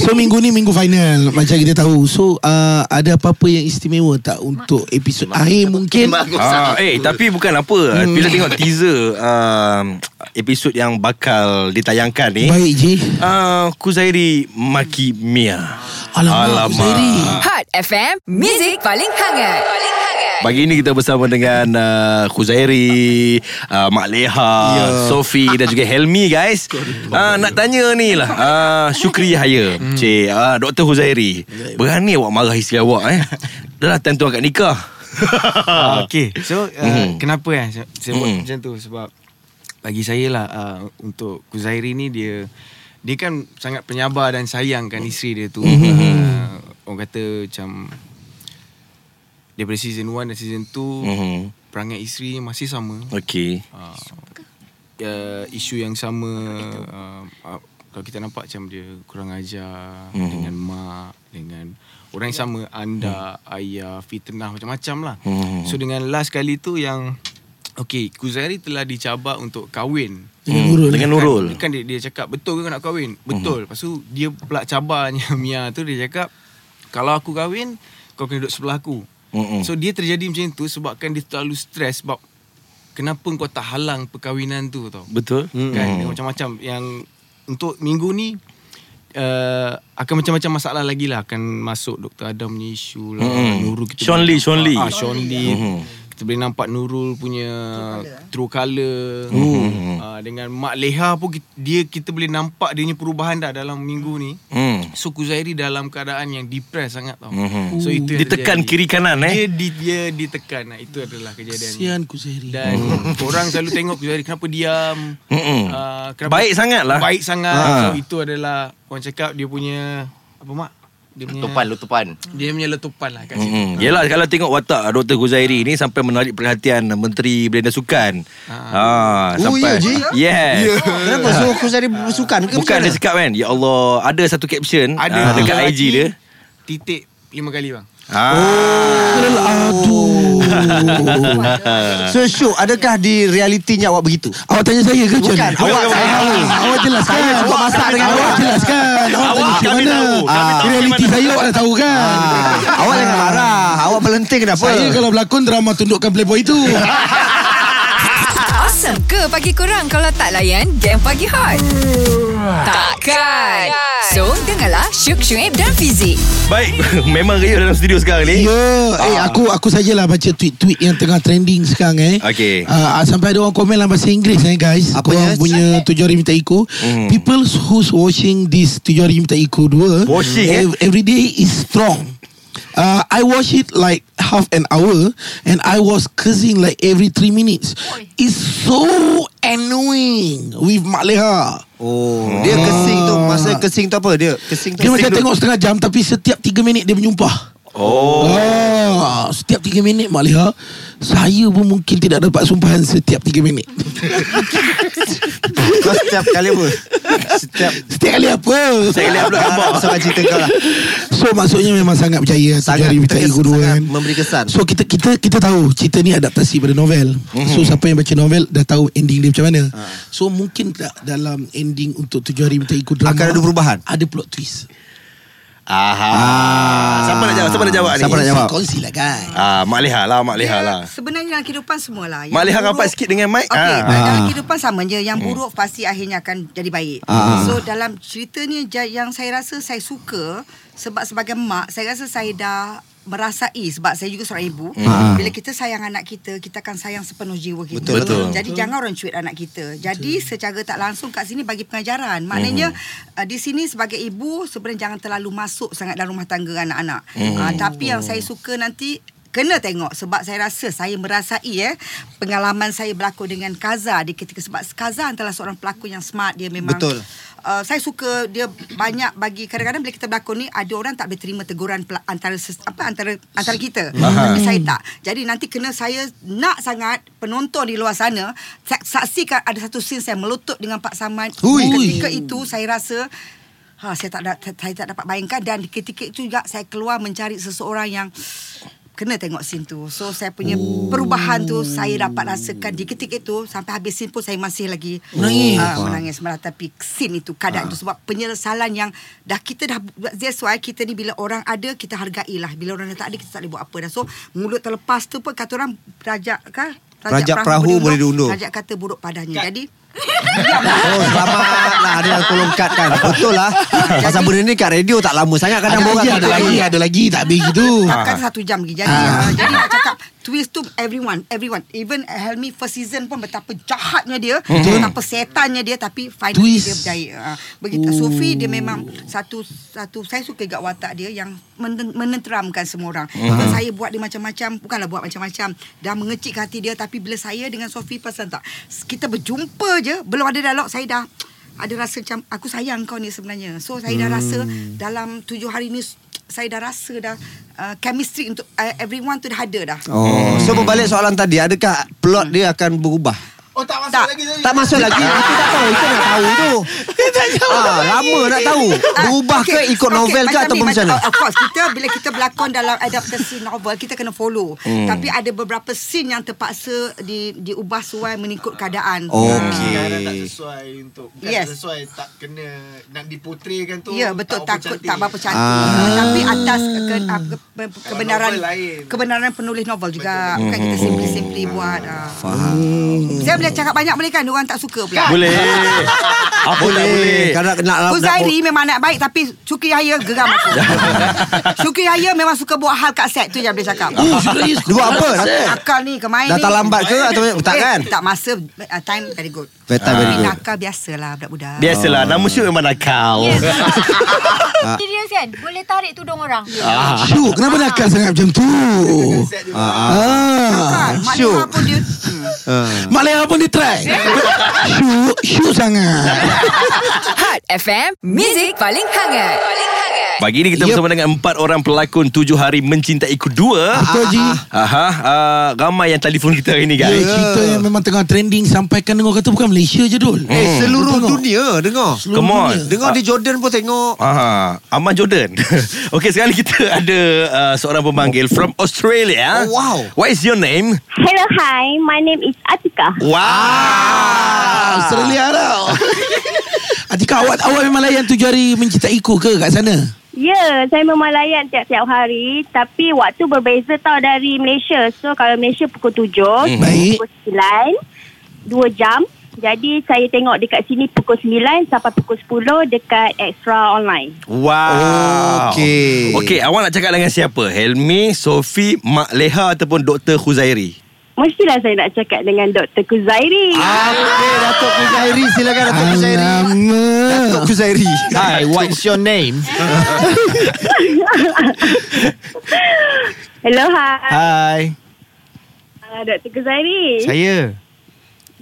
S4: So minggu ni minggu final Macam kita tahu So uh, ada apa-apa yang istimewa tak Untuk episod akhir mungkin
S2: Ah, eh tapi bukan apa Bila tengok teaser um, Episod yang bakal ditayangkan ni
S4: Baik je
S2: uh,
S7: Ah,
S2: Kuzairi Maki Mia
S4: Alamak, Kuzairi.
S1: Hot FM, Music paling hangat. Paling hangat.
S2: Pagi ini kita bersama dengan uh, Khuzairi, uh, Mak Leha,
S7: Ya.
S2: yeah. Sofi dan juga Helmi guys. Uh, nak tanya ni lah, uh, Syukri Yahya, hmm. Cik, uh, Dr. Khuzairi.
S7: Ya,
S2: Berani awak marah isteri awak eh. Dah lah time tu akad
S7: [laughs]
S2: nikah.
S7: Ah, okay So uh,
S2: Mm.
S7: mm. Kenapa eh Saya, saya buat
S2: Mm.
S7: macam tu Sebab Bagi saya lah uh, Untuk Kuzairi ni dia Dia kan sangat penyabar Dan sayangkan isteri dia tu uh, Orang kata macam Daripada season 1 dan season 2
S2: Mhm.
S7: Perangai isteri masih sama
S2: Okey.
S7: uh, uh, Isu yang sama uh, uh, Kalau kita nampak macam dia Kurang ajar
S2: Mhm.
S7: Dengan mak Dengan Orang yang sama Anda Ayah Fitnah Macam-macam lah
S2: Mhm.
S7: So dengan last kali tu yang Okay Kuzairi telah dicabar untuk kahwin
S4: Dengan Nurul.
S2: Dengan Nurul. Mhm.
S7: Kan, kan dia, dia cakap Betul ke kau nak kahwin? Betul Lepas tu dia pula cabarnya [laughs] Mia tu dia cakap Kalau aku kahwin Kau kena duduk sebelah aku
S2: Mm-mm.
S7: So dia terjadi macam tu Sebabkan dia terlalu stres Sebab Kenapa kau tak halang perkahwinan tu tau
S2: Betul?
S7: kan dia macam-macam yang untuk minggu ni uh, akan macam-macam masalah lagi lah akan masuk Dr Adam punya isu lah
S2: Mm-mm.
S7: Nurul kita
S2: Sean
S7: boleh
S2: Lee,
S7: nampak-
S2: Hmm. Sean Lee. Hmm.
S7: ah, Sean Lee
S2: Mm-mm.
S7: kita boleh nampak Nurul punya true colour
S2: Hmm. Mm-mm.
S7: Ah, dengan Mak Leha pun ki- dia kita boleh nampak dia punya perubahan dah dalam minggu ni
S2: Hmm.
S7: So Kuzairi dalam keadaan yang depressed sangat tau
S2: Mhm.
S7: So itu yang
S2: Ditekan
S7: terjadi.
S2: kiri kanan
S7: dia,
S2: eh.
S7: di, dia ditekan Itu adalah kejadian
S4: Kesian Kuzairi
S7: dan
S5: Hmm.
S7: orang selalu tengok Zahari kenapa diam.
S2: Mm-mm.
S7: Ah,
S2: Mhm. Baik sangat lah.
S7: Baik sangat.
S5: Ha.
S2: Ah.
S7: So itu adalah orang cakap dia punya apa mak? Dia punya
S9: Tupan, lutupan.
S7: Dia punya letupan lah kat
S5: Hmm.
S7: situ.
S2: Mm-mm. Yelah kalau tengok watak Dr. Kuzairi ni sampai menarik perhatian Menteri Belia dan Sukan. Ha,
S5: Oh,
S2: sampai.
S5: ya, Ji?
S2: Yes.
S5: Yeah. Kenapa so Kuzairi bersukan ke?
S2: Bukan
S5: macam
S2: dia
S5: mana?
S2: cakap kan Ya Allah Ada satu caption
S7: Ada
S2: ah, Dekat
S7: lelaki
S2: IG dia
S7: Titik lima kali bang.
S5: [laughs] So Syuk adakah di realitinya awak begitu?
S4: Awak tanya saya ke John?
S5: Bukan, awak saya tahu.
S4: Awak jelaskan
S5: Saya cuba masak dengan
S4: awak
S5: awak.
S4: jelaskan Awak tanya macam mana Ah, Realiti saya awak dah tahu kan
S5: Ah, awak jangan marah. Awak melenting kenapa?
S4: Saya kalau berlakon drama tundukkan playboy itu
S1: Awesome ke pagi kurang kalau tak layan game pagi hot? Takkan. So, dengarlah Syuk Syuib dan Fizik.
S2: Baik [laughs] Memang raya dalam studio sekarang ni
S4: Ya
S2: Ah.
S4: Eh aku aku sajalah baca tweet-tweet Yang tengah trending sekarang eh
S2: Okey.
S4: Ah, Sampai ada orang komen dalam bahasa Inggeris eh guys
S5: Apa
S4: Apa Korang
S5: dia?
S4: punya tujuh hari minta iko
S2: Hmm.
S4: People who's watching this tujuh hari minta iko dua
S2: Washing, eh?
S4: ev- Every day is strong Uh, I watch it like half an hour and I was cursing like every three minutes.
S8: Oi.
S4: It's so annoying with Mak Leha.
S5: Oh, dia kesing tu. Masa kesing tu apa dia? Kesing tu.
S4: Dia macam tengok setengah jam tapi setiap tiga minit dia menyumpah.
S2: Oh
S4: Oh, setiap 3 3 minit Mak Leha Saya pun mungkin tidak dapat sumpahan setiap 3 minit [laughs]
S5: Kau setiap kali apa? Setiap
S4: Setiap kali apa
S5: Saya lihat pula gambar Pasal cerita kau lah
S4: So maksudnya memang sangat percaya Sangat Jari Bita
S5: terkesan,
S4: Ego dua
S5: sangat
S4: kan
S5: memberi kesan.
S4: So kita kita kita tahu Cerita ni adaptasi pada novel
S5: Mhm.
S4: mm-hmm. So siapa yang baca novel Dah tahu ending dia macam mana
S5: Ha.
S4: So mungkin tak dalam ending Untuk tujuh hari Bita Ego drama
S5: Akan ada perubahan?
S4: Ada plot twist
S2: Aha.
S4: Ah.
S2: Siapa nak jawab? Siapa nak jawab ni?
S5: Ah. Siapa nak jawab?
S4: Kau silakan
S2: Ah, Mak Leha lah, Mak Leha lah.
S6: Sebenarnya dalam kehidupan semualah. Yang
S2: Mak Leha
S6: buruk-
S2: rapat sikit dengan mic.
S6: Okey,
S2: Ah. Hmm. Ah,
S6: dalam kehidupan sama je. Yang buruk pasti akhirnya akan jadi baik. So dalam cerita ni ja- yang saya rasa saya suka sebab sebagai mak, saya rasa saya dah merasai sebab saya juga seorang ibu
S2: Ah,
S6: bila kita sayang anak kita kita akan sayang sepenuh jiwa kita
S2: Betul. Betul.
S6: jadi jangan orang cuit anak kita jadi secara tak langsung kat sini bagi pengajaran maknanya uh, di sini sebagai ibu sebenarnya jangan terlalu masuk sangat dalam rumah tangga anak-anak uh, tapi yang saya suka nanti kena tengok sebab saya rasa saya merasai eh pengalaman saya berlakon dengan Kaza di ketika sebab Kaza antara seorang pelakon yang smart dia memang
S5: Betul.
S6: Uh, saya suka dia banyak bagi kadang-kadang bila kita berlakon ni ada orang tak boleh terima teguran pel- antara ses- apa antara antara kita tapi saya tak jadi nanti kena saya nak sangat penonton di luar sana sa- saksikan ada satu scene saya melutut dengan Pak Samad
S4: Hui.
S6: ketika itu saya rasa ha saya tak da- saya tak dapat bayangkan dan ketika itu juga saya keluar mencari seseorang yang kena tengok scene tu. So saya punya oh. perubahan tu saya dapat rasakan di ketika itu sampai habis scene pun saya masih lagi
S5: Oh,
S6: menangis, uh, menangis meratapi scene itu keadaan
S5: Ah.
S6: tu sebab penyesalan yang dah kita dah that's why kita ni bila orang ada kita hargailah bila orang dah tak ada kita tak boleh buat apa dah. So mulut terlepas tu pun kata orang rajak kah
S5: Rajak perahu boleh diundur.
S6: Rajak kata buruk padanya. Jadi
S5: Oh selamat lah Ada yang tolong cut kan Betul lah Pasal benda ni kat radio tak lama sangat
S4: Ada
S5: Kadang
S4: lagi,
S5: orang
S4: ada lagi, ada lagi Tak habis gitu
S6: Takkan satu jam lagi Jadi uh, Jadi nak cakap Twist tu everyone Everyone Even Helmi first season pun Betapa jahatnya dia Betapa setannya dia Tapi finally
S4: Twist.
S6: dia berjaya uh, Begitu Sufi dia memang Satu satu Saya suka juga watak dia Yang men- menenteramkan semua orang Kalau Saya buat dia macam-macam Bukanlah buat macam-macam Dah mengecik hati dia Tapi bila saya dengan Sufi Pasal tak Kita berjumpa je Belum ada dialog Saya dah ada rasa macam aku sayang kau ni sebenarnya. So saya dah rasa dalam tujuh hari ni saya dah rasa dah uh, chemistry untuk uh, everyone tu dah ada dah.
S5: Oh, so berbalik soalan tadi Adakah plot dia akan berubah?
S4: Oh tak masuk
S6: Tak.
S4: lagi tadi.
S5: Tak masuk lagi Itu tak tahu Itu nak tahu
S6: [laughs]
S5: tu ah, Lama nak tahu Berubah ke
S6: Ah, Okey,
S5: ikut novel
S6: okey,
S5: ke Ataupun
S6: ni,
S5: macam mana
S6: oh, Of course kita Bila kita berlakon dalam adaptasi novel Kita kena follow hmm. Tapi ada beberapa scene yang terpaksa di, Diubah sesuai mengikut keadaan
S5: Okey
S7: sesuai untuk
S6: bukan Yes. tak
S7: sesuai tak kena nak diputrekan
S6: Ya betul takut tak berapa cantik ah. tapi atas ke, ah, ke, ke, kebenaran
S7: novel lain.
S6: kebenaran penulis novel juga bukan kita
S5: Hmm.
S6: simply-simply buat ah. Faham. Saya boleh cakap banyak boleh kan orang tak suka pula.
S2: Boleh. Apa tak boleh?
S5: Kadang nak nak-
S6: Fuzairi memang anak baik tapi Syukri Yahya geram aku.
S5: [laughs]
S6: Syukri Yahya memang suka buat hal kat set tu je boleh cakap.
S4: Oh serius
S5: Dia buat apa?
S6: Akal ni kemain ni.
S5: Datang lambat ke atau tak
S6: Eh,
S5: kan?
S6: Tak masa uh, time very good.
S5: Betul very
S6: Tapi
S5: good.
S6: nakal biasalah budak-budak.
S2: Biasalah, nama syuk memang nakal.
S8: Yes. Serius kan? Boleh tarik tudung orang.
S4: Syuk Ah, kenapa nakal sangat macam tu
S5: ah.
S4: Ah.
S6: Kan, Mak
S5: Syuk.
S6: Leha pun dia hmm.
S4: Mak Leha pun dia try Syuk Syuk sangat
S1: Hot FM, Music paling hangat. Paling hangat.
S2: Pagi ni kita yep. bersama dengan empat orang pelakon tujuh hari mencintaiku dua.
S4: Betul
S5: Ah,
S4: Ji
S2: Aha, uh, ramai yang telefon kita hari ni
S4: Ya,
S2: guys.
S4: cerita yang memang tengah trending sampaikan dengar kata bukan Malaysia je Dul.
S5: Eh seluruh dunia Dengar
S4: Seluruh
S2: Come on.
S4: dunia.
S5: Dengar di Jordan pun tengok
S2: Aha, Aman Jordan. [laughs] Okey, sekarang ni kita ada uh, seorang pemanggil from Australia.
S5: Oh, wow.
S2: What is your name?
S10: Hello, hi. My name is Atika.
S2: Wow.
S4: Ah, Australia
S5: [laughs]
S4: tau. Atika awak awak memang layan tujuh hari mencintaiku ke kat sana?
S10: Ya, saya memang layan tiap-tiap hari. Tapi waktu berbeza tau dari Malaysia. So, kalau Malaysia pukul 7,
S4: Hmm. Baik.
S10: pukul 9, 2 jam. Jadi, saya tengok dekat sini pukul 9 sampai pukul 10 dekat Extra Online.
S2: Wow.
S5: Okey.
S2: Okey, awak nak cakap dengan siapa? Helmi, Sofi, Mak Leha ataupun Dr. Khuzairi?
S10: Mestilah saya nak cakap dengan Dr. Kuzairi.
S5: Ah, Okey Datuk Kuzairi Silakan Datuk Kuzairi Datuk
S4: Alamak.
S5: Kuzairi
S7: Hi, what's your name?
S10: [laughs] Hello, hi.
S7: Hi.
S10: Uh, Dr. Kuzairi.
S7: Saya.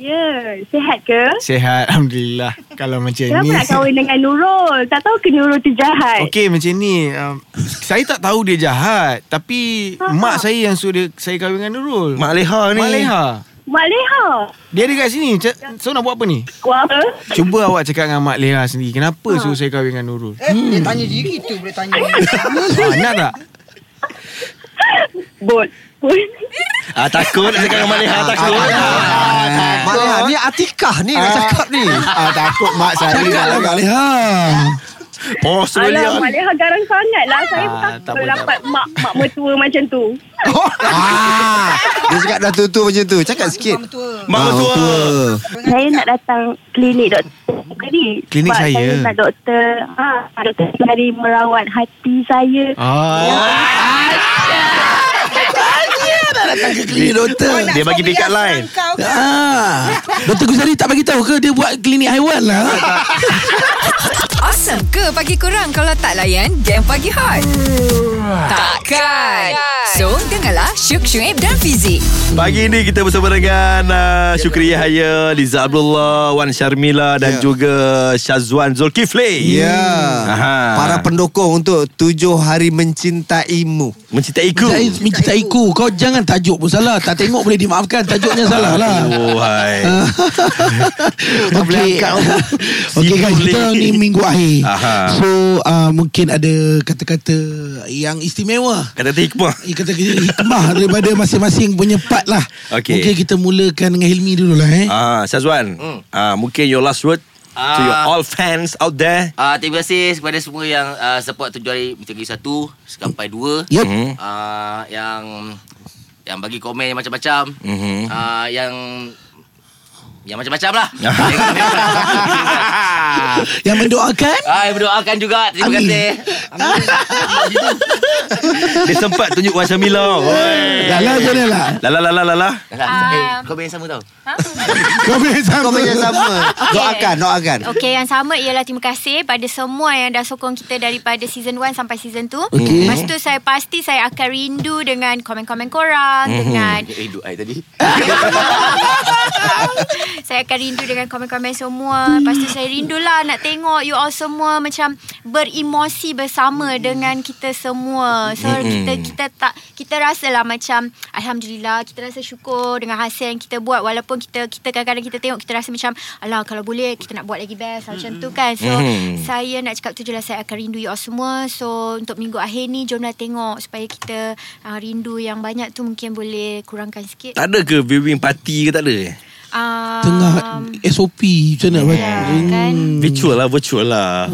S10: Ya, sihat ke?
S7: Sehat Alhamdulillah Kalau macam
S10: Kenapa
S7: ni
S10: nak kahwin dengan Nurul? Tak tahu ke Nurul tu jahat?
S7: Okey macam ni um, Saya tak tahu dia jahat Tapi
S10: Ha,
S7: Mak saya yang suruh saya kahwin dengan Nurul
S2: Mak Leha ni.
S7: Mak Leha
S10: Mak Leha.
S7: Dia ada kat sini Ca- So nak buat apa ni?
S10: Wah, apa? Ha.
S7: Cuba awak cakap dengan Mak Leha sendiri Kenapa suruh saya kahwin dengan Nurul?
S6: Eh, hmm. dia tanya diri tu boleh tanya.
S7: Ha, nak tak?
S10: bot.
S2: Ah, takut nak cakap dengan Mak Leha takut. ah.
S5: Mak Leha ni Atikah ni nak cakap ni. Ah.
S7: Ah, takut mak saya
S5: Cakap Mak Leha.
S10: Alah, Mak
S2: Oh, Australia.
S10: Leha garang sangat lah. Saya
S7: Ah,
S10: tak
S7: tak
S10: boleh
S7: boleh,
S10: dapat mak, mak mertua macam tu.
S5: Ah, Dia cakap dah tua-tua macam tu. Cakap sikit.
S6: Orang tua.
S2: Mak Ah, mertua.
S10: Saya nak datang klinik doktor tadi.
S7: Klinik
S10: Sebab
S7: saya.
S10: saya nak doktor. Ha, doktor sehari merawat hati saya.
S7: Ah,
S5: Klinik doktor.
S10: Oh,
S2: Dia bagi pick up line.
S6: Kau
S11: Ah, Dr. Guzari tak bagi tahu ke dia buat klinik haiwan lah?
S1: Awesome ke pagi korang kalau tak layan game pagi hot? Takkan. So, dengarlah Syuk Syuib dan Fizik.
S2: Pagi ini kita bersama dengan uh, Syukri Yahya, Liza Abdullah, Wan Syarmila dan
S5: Ya.
S2: juga Syazwan Zulkifli.
S5: Ya.
S2: Aha.
S5: Para pendukung untuk tujuh hari mencintaimu.
S2: Mencintaiku.
S11: Saya mencintaiku. Kau jangan tajuk pun salah. Tak tengok boleh dimaafkan. Tajuknya salah lah.
S2: Oh,
S5: [laughs]
S2: hai.
S5: Ah. Tak boleh
S11: Okey.
S5: angkat
S11: [laughs]
S5: pun.
S11: Okey
S2: Sibuk
S11: guys, kita
S2: boleh.
S11: ni minggu akhir.
S2: Aha.
S11: So, uh, mungkin ada kata-kata yang istimewa.
S2: Kata-kata hikmah.
S11: Eh, kata-kata hikmah daripada masing-masing punya part lah.
S2: Okey.
S11: Mungkin kita mulakan dengan Hilmi dulu lah eh.
S2: Ah, Syazwan. Ah, mungkin your last word to
S9: Ah.
S2: your all fans out there.
S9: [laughs] Ah, terima kasih kepada semua yang uh, support tujuh hari Mitagi satu sampai dua.
S11: Yep.
S2: Hmm.
S9: Ah, yang yang bagi komen yang macam-macam.
S2: Mhm.
S9: Ah, yang yang macam-macam
S5: [laughs]
S9: lah.
S11: Yang mendoakan.
S9: ah, yang berdoakan juga. Terima
S11: Amin.
S9: kasih.
S2: Dia sempat tunjuk Wan Syamila. Oi.
S5: Ya,
S11: Dah lah, jangan lah.
S2: La la la la la la.
S9: Alah, eh, komen yang sama tau.
S5: Kau macam
S11: [laughs]
S5: sama.
S4: kan.
S5: Doakan, doakan.
S8: Okey, yang sama ialah terima kasih pada semua yang dah sokong kita daripada season 1 sampai season 2.
S11: Okey.
S8: Lepas tu saya pasti saya akan rindu dengan komen-komen korang, mm-hmm. dengan
S9: Eh, hidup saya tadi.
S8: saya akan rindu dengan komen-komen semua. Lepas tu saya rindulah nak tengok you all semua macam beremosi bersama dengan kita semua. So mm-hmm. kita kita tak kita rasalah macam alhamdulillah kita rasa syukur dengan hasil yang kita buat walaupun kita kita kadang-kadang kita tengok kita rasa macam alah kalau boleh kita nak buat lagi best mm-hmm. macam tu kan. So
S2: Mm.
S8: mm-hmm. saya nak cakap tu je lah saya akan rindu you all semua. So untuk minggu akhir ni jomlah tengok supaya kita uh, rindu yang banyak tu mungkin boleh kurangkan sikit.
S2: Tak ada ke viewing party ke tak ada?
S8: Um,
S11: Tengah SOP macam mana?
S8: Ya, kan?
S2: Virtual lah, virtual lah.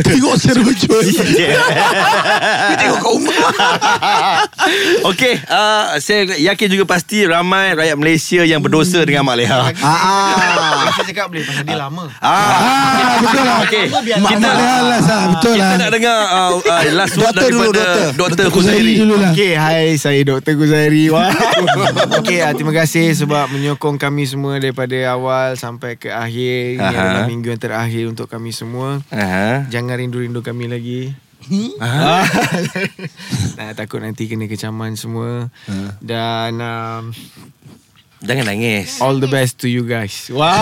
S11: Tengok secara virtual.
S2: [laughs] Tengok kat [laughs] rumah Okay uh, Saya yakin juga pasti Ramai rakyat Malaysia Yang berdosa dengan Mak Leha
S10: [laughs]
S5: Ah, ah.
S7: saya cakap boleh pasal dia lama.
S2: Ah, betul lah. Okay.
S11: Mak
S2: Kita,
S11: Mak Leha lah sah. Betul
S2: kita
S11: lah.
S2: nak dengar uh, uh, last word
S5: Doktor dulu,
S2: daripada Doktor
S11: Kuzairi
S2: Kuzairi.
S11: dulu lah.
S7: Okey, hai saya Dr. Guzairi. [laughs] Wah. Okey, ah, terima kasih sebab menyokong kami semua daripada awal sampai ke akhir. Ini
S2: Aha.
S7: adalah minggu yang terakhir untuk kami semua.
S2: Aha.
S7: Jangan rindu-rindu kami lagi. Ah. [laughs] nah, takut nanti kena kecaman semua. Dan um,
S2: Jangan nangis.
S7: all the best to you guys. Wow.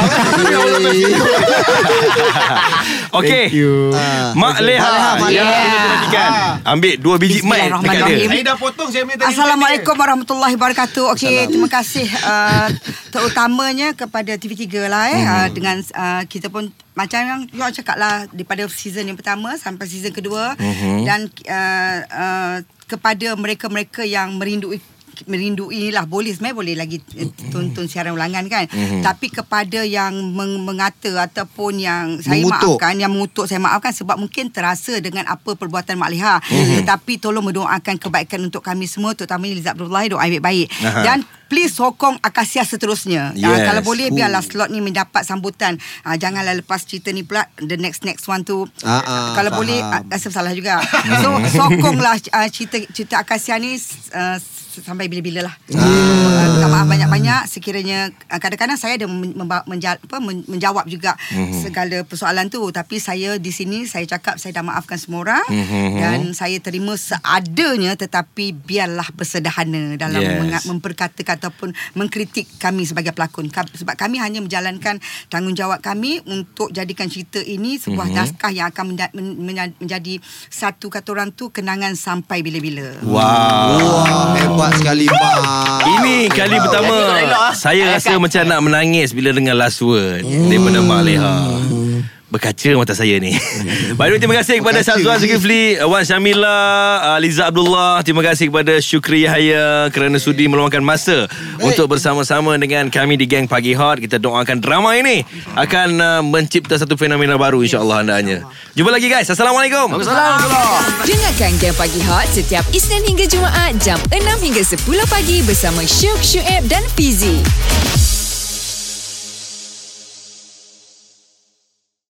S2: Okay.
S7: Thank you.
S2: Mak Leha.
S5: Mak
S2: Ya,
S5: Leha.
S2: kita perhatikan. Ambil dua biji mic dekat dia.
S6: Bismillahirrahmanirrahim.
S7: Saya dah potong saya punya tadi.
S6: Assalamualaikum warahmatullahi wabarakatuh. Okey, terima kasih uh, terutamanya kepada TV3 lah eh hmm. uh, dengan uh, kita pun macam yang you all cakap lah daripada season yang pertama sampai season kedua hmm. dan uh, uh, kepada mereka-mereka yang merindui merindui lah boleh sebenarnya boleh lagi eh, tonton siaran ulangan kan
S5: Mhm.
S6: mm-hmm. tapi kepada yang meng- mengata ataupun yang saya
S5: Mengutuk.
S6: maafkan yang mengutuk saya maafkan sebab mungkin terasa dengan apa perbuatan Mak Leha mm-hmm.
S5: Mhm.
S6: tetapi tolong mendoakan kebaikan untuk kami semua terutamanya Liza Abdullah doa baik-baik
S2: Aha.
S6: dan please sokong Akasia seterusnya Ah,
S2: Yes.
S6: kalau boleh biarlah slot ni mendapat sambutan Ah, janganlah lepas cerita ni pula the next next one tu
S5: Ah, ah,
S6: kalau
S5: faham. [laughs]
S6: boleh ah, rasa salah juga so sokonglah ah, cerita cerita Akasia ni ah, sampai bila-bila lah. Yeah. Minta maaf banyak-banyak sekiranya uh, kadang-kadang saya ada men- memba- menja- apa, men- menjawab juga
S12: Mhm.
S6: mm-hmm. segala persoalan tu tapi saya di sini saya cakap saya dah maafkan semua orang
S12: Mhm.
S6: mm-hmm. dan saya terima seadanya tetapi biarlah bersederhana dalam
S12: Yes.
S6: yes. menga- memperkatakan ataupun mengkritik kami sebagai pelakon Ka- sebab kami hanya menjalankan tanggungjawab kami untuk jadikan cerita ini sebuah
S2: Mhm.
S6: mm-hmm. naskah yang akan menda- men- menya- menjadi satu kata orang tu kenangan sampai bila-bila.
S2: Wow. wow. Hebat sekali Mak. Ini kali pertama
S6: Jadi, tak elok, ah. Hmm.
S2: saya
S6: Tak
S2: rasa macam nak menangis bila dengar last word daripada Mak Leha. Berkaca mata saya
S6: [laughs]
S2: ni. Baik, terima kasih kepada
S5: Berkaca.
S2: Sazwan Zulkifli, Wan Syamila, ah, Liza Abdullah. Terima kasih kepada Syukri Yahya kerana sudi meluangkan masa untuk bersama-sama dengan kami di Gang Pagi Hot. Kita doakan drama ini akan ah, mencipta satu fenomena baru insya-Allah andaannya. Jumpa lagi guys. Assalamualaikum.
S1: Dengarkan Game Pagi Hot setiap Isnin hingga Jumaat jam 6 hingga 10 pagi bersama Syuk, Syuib dan Fizi.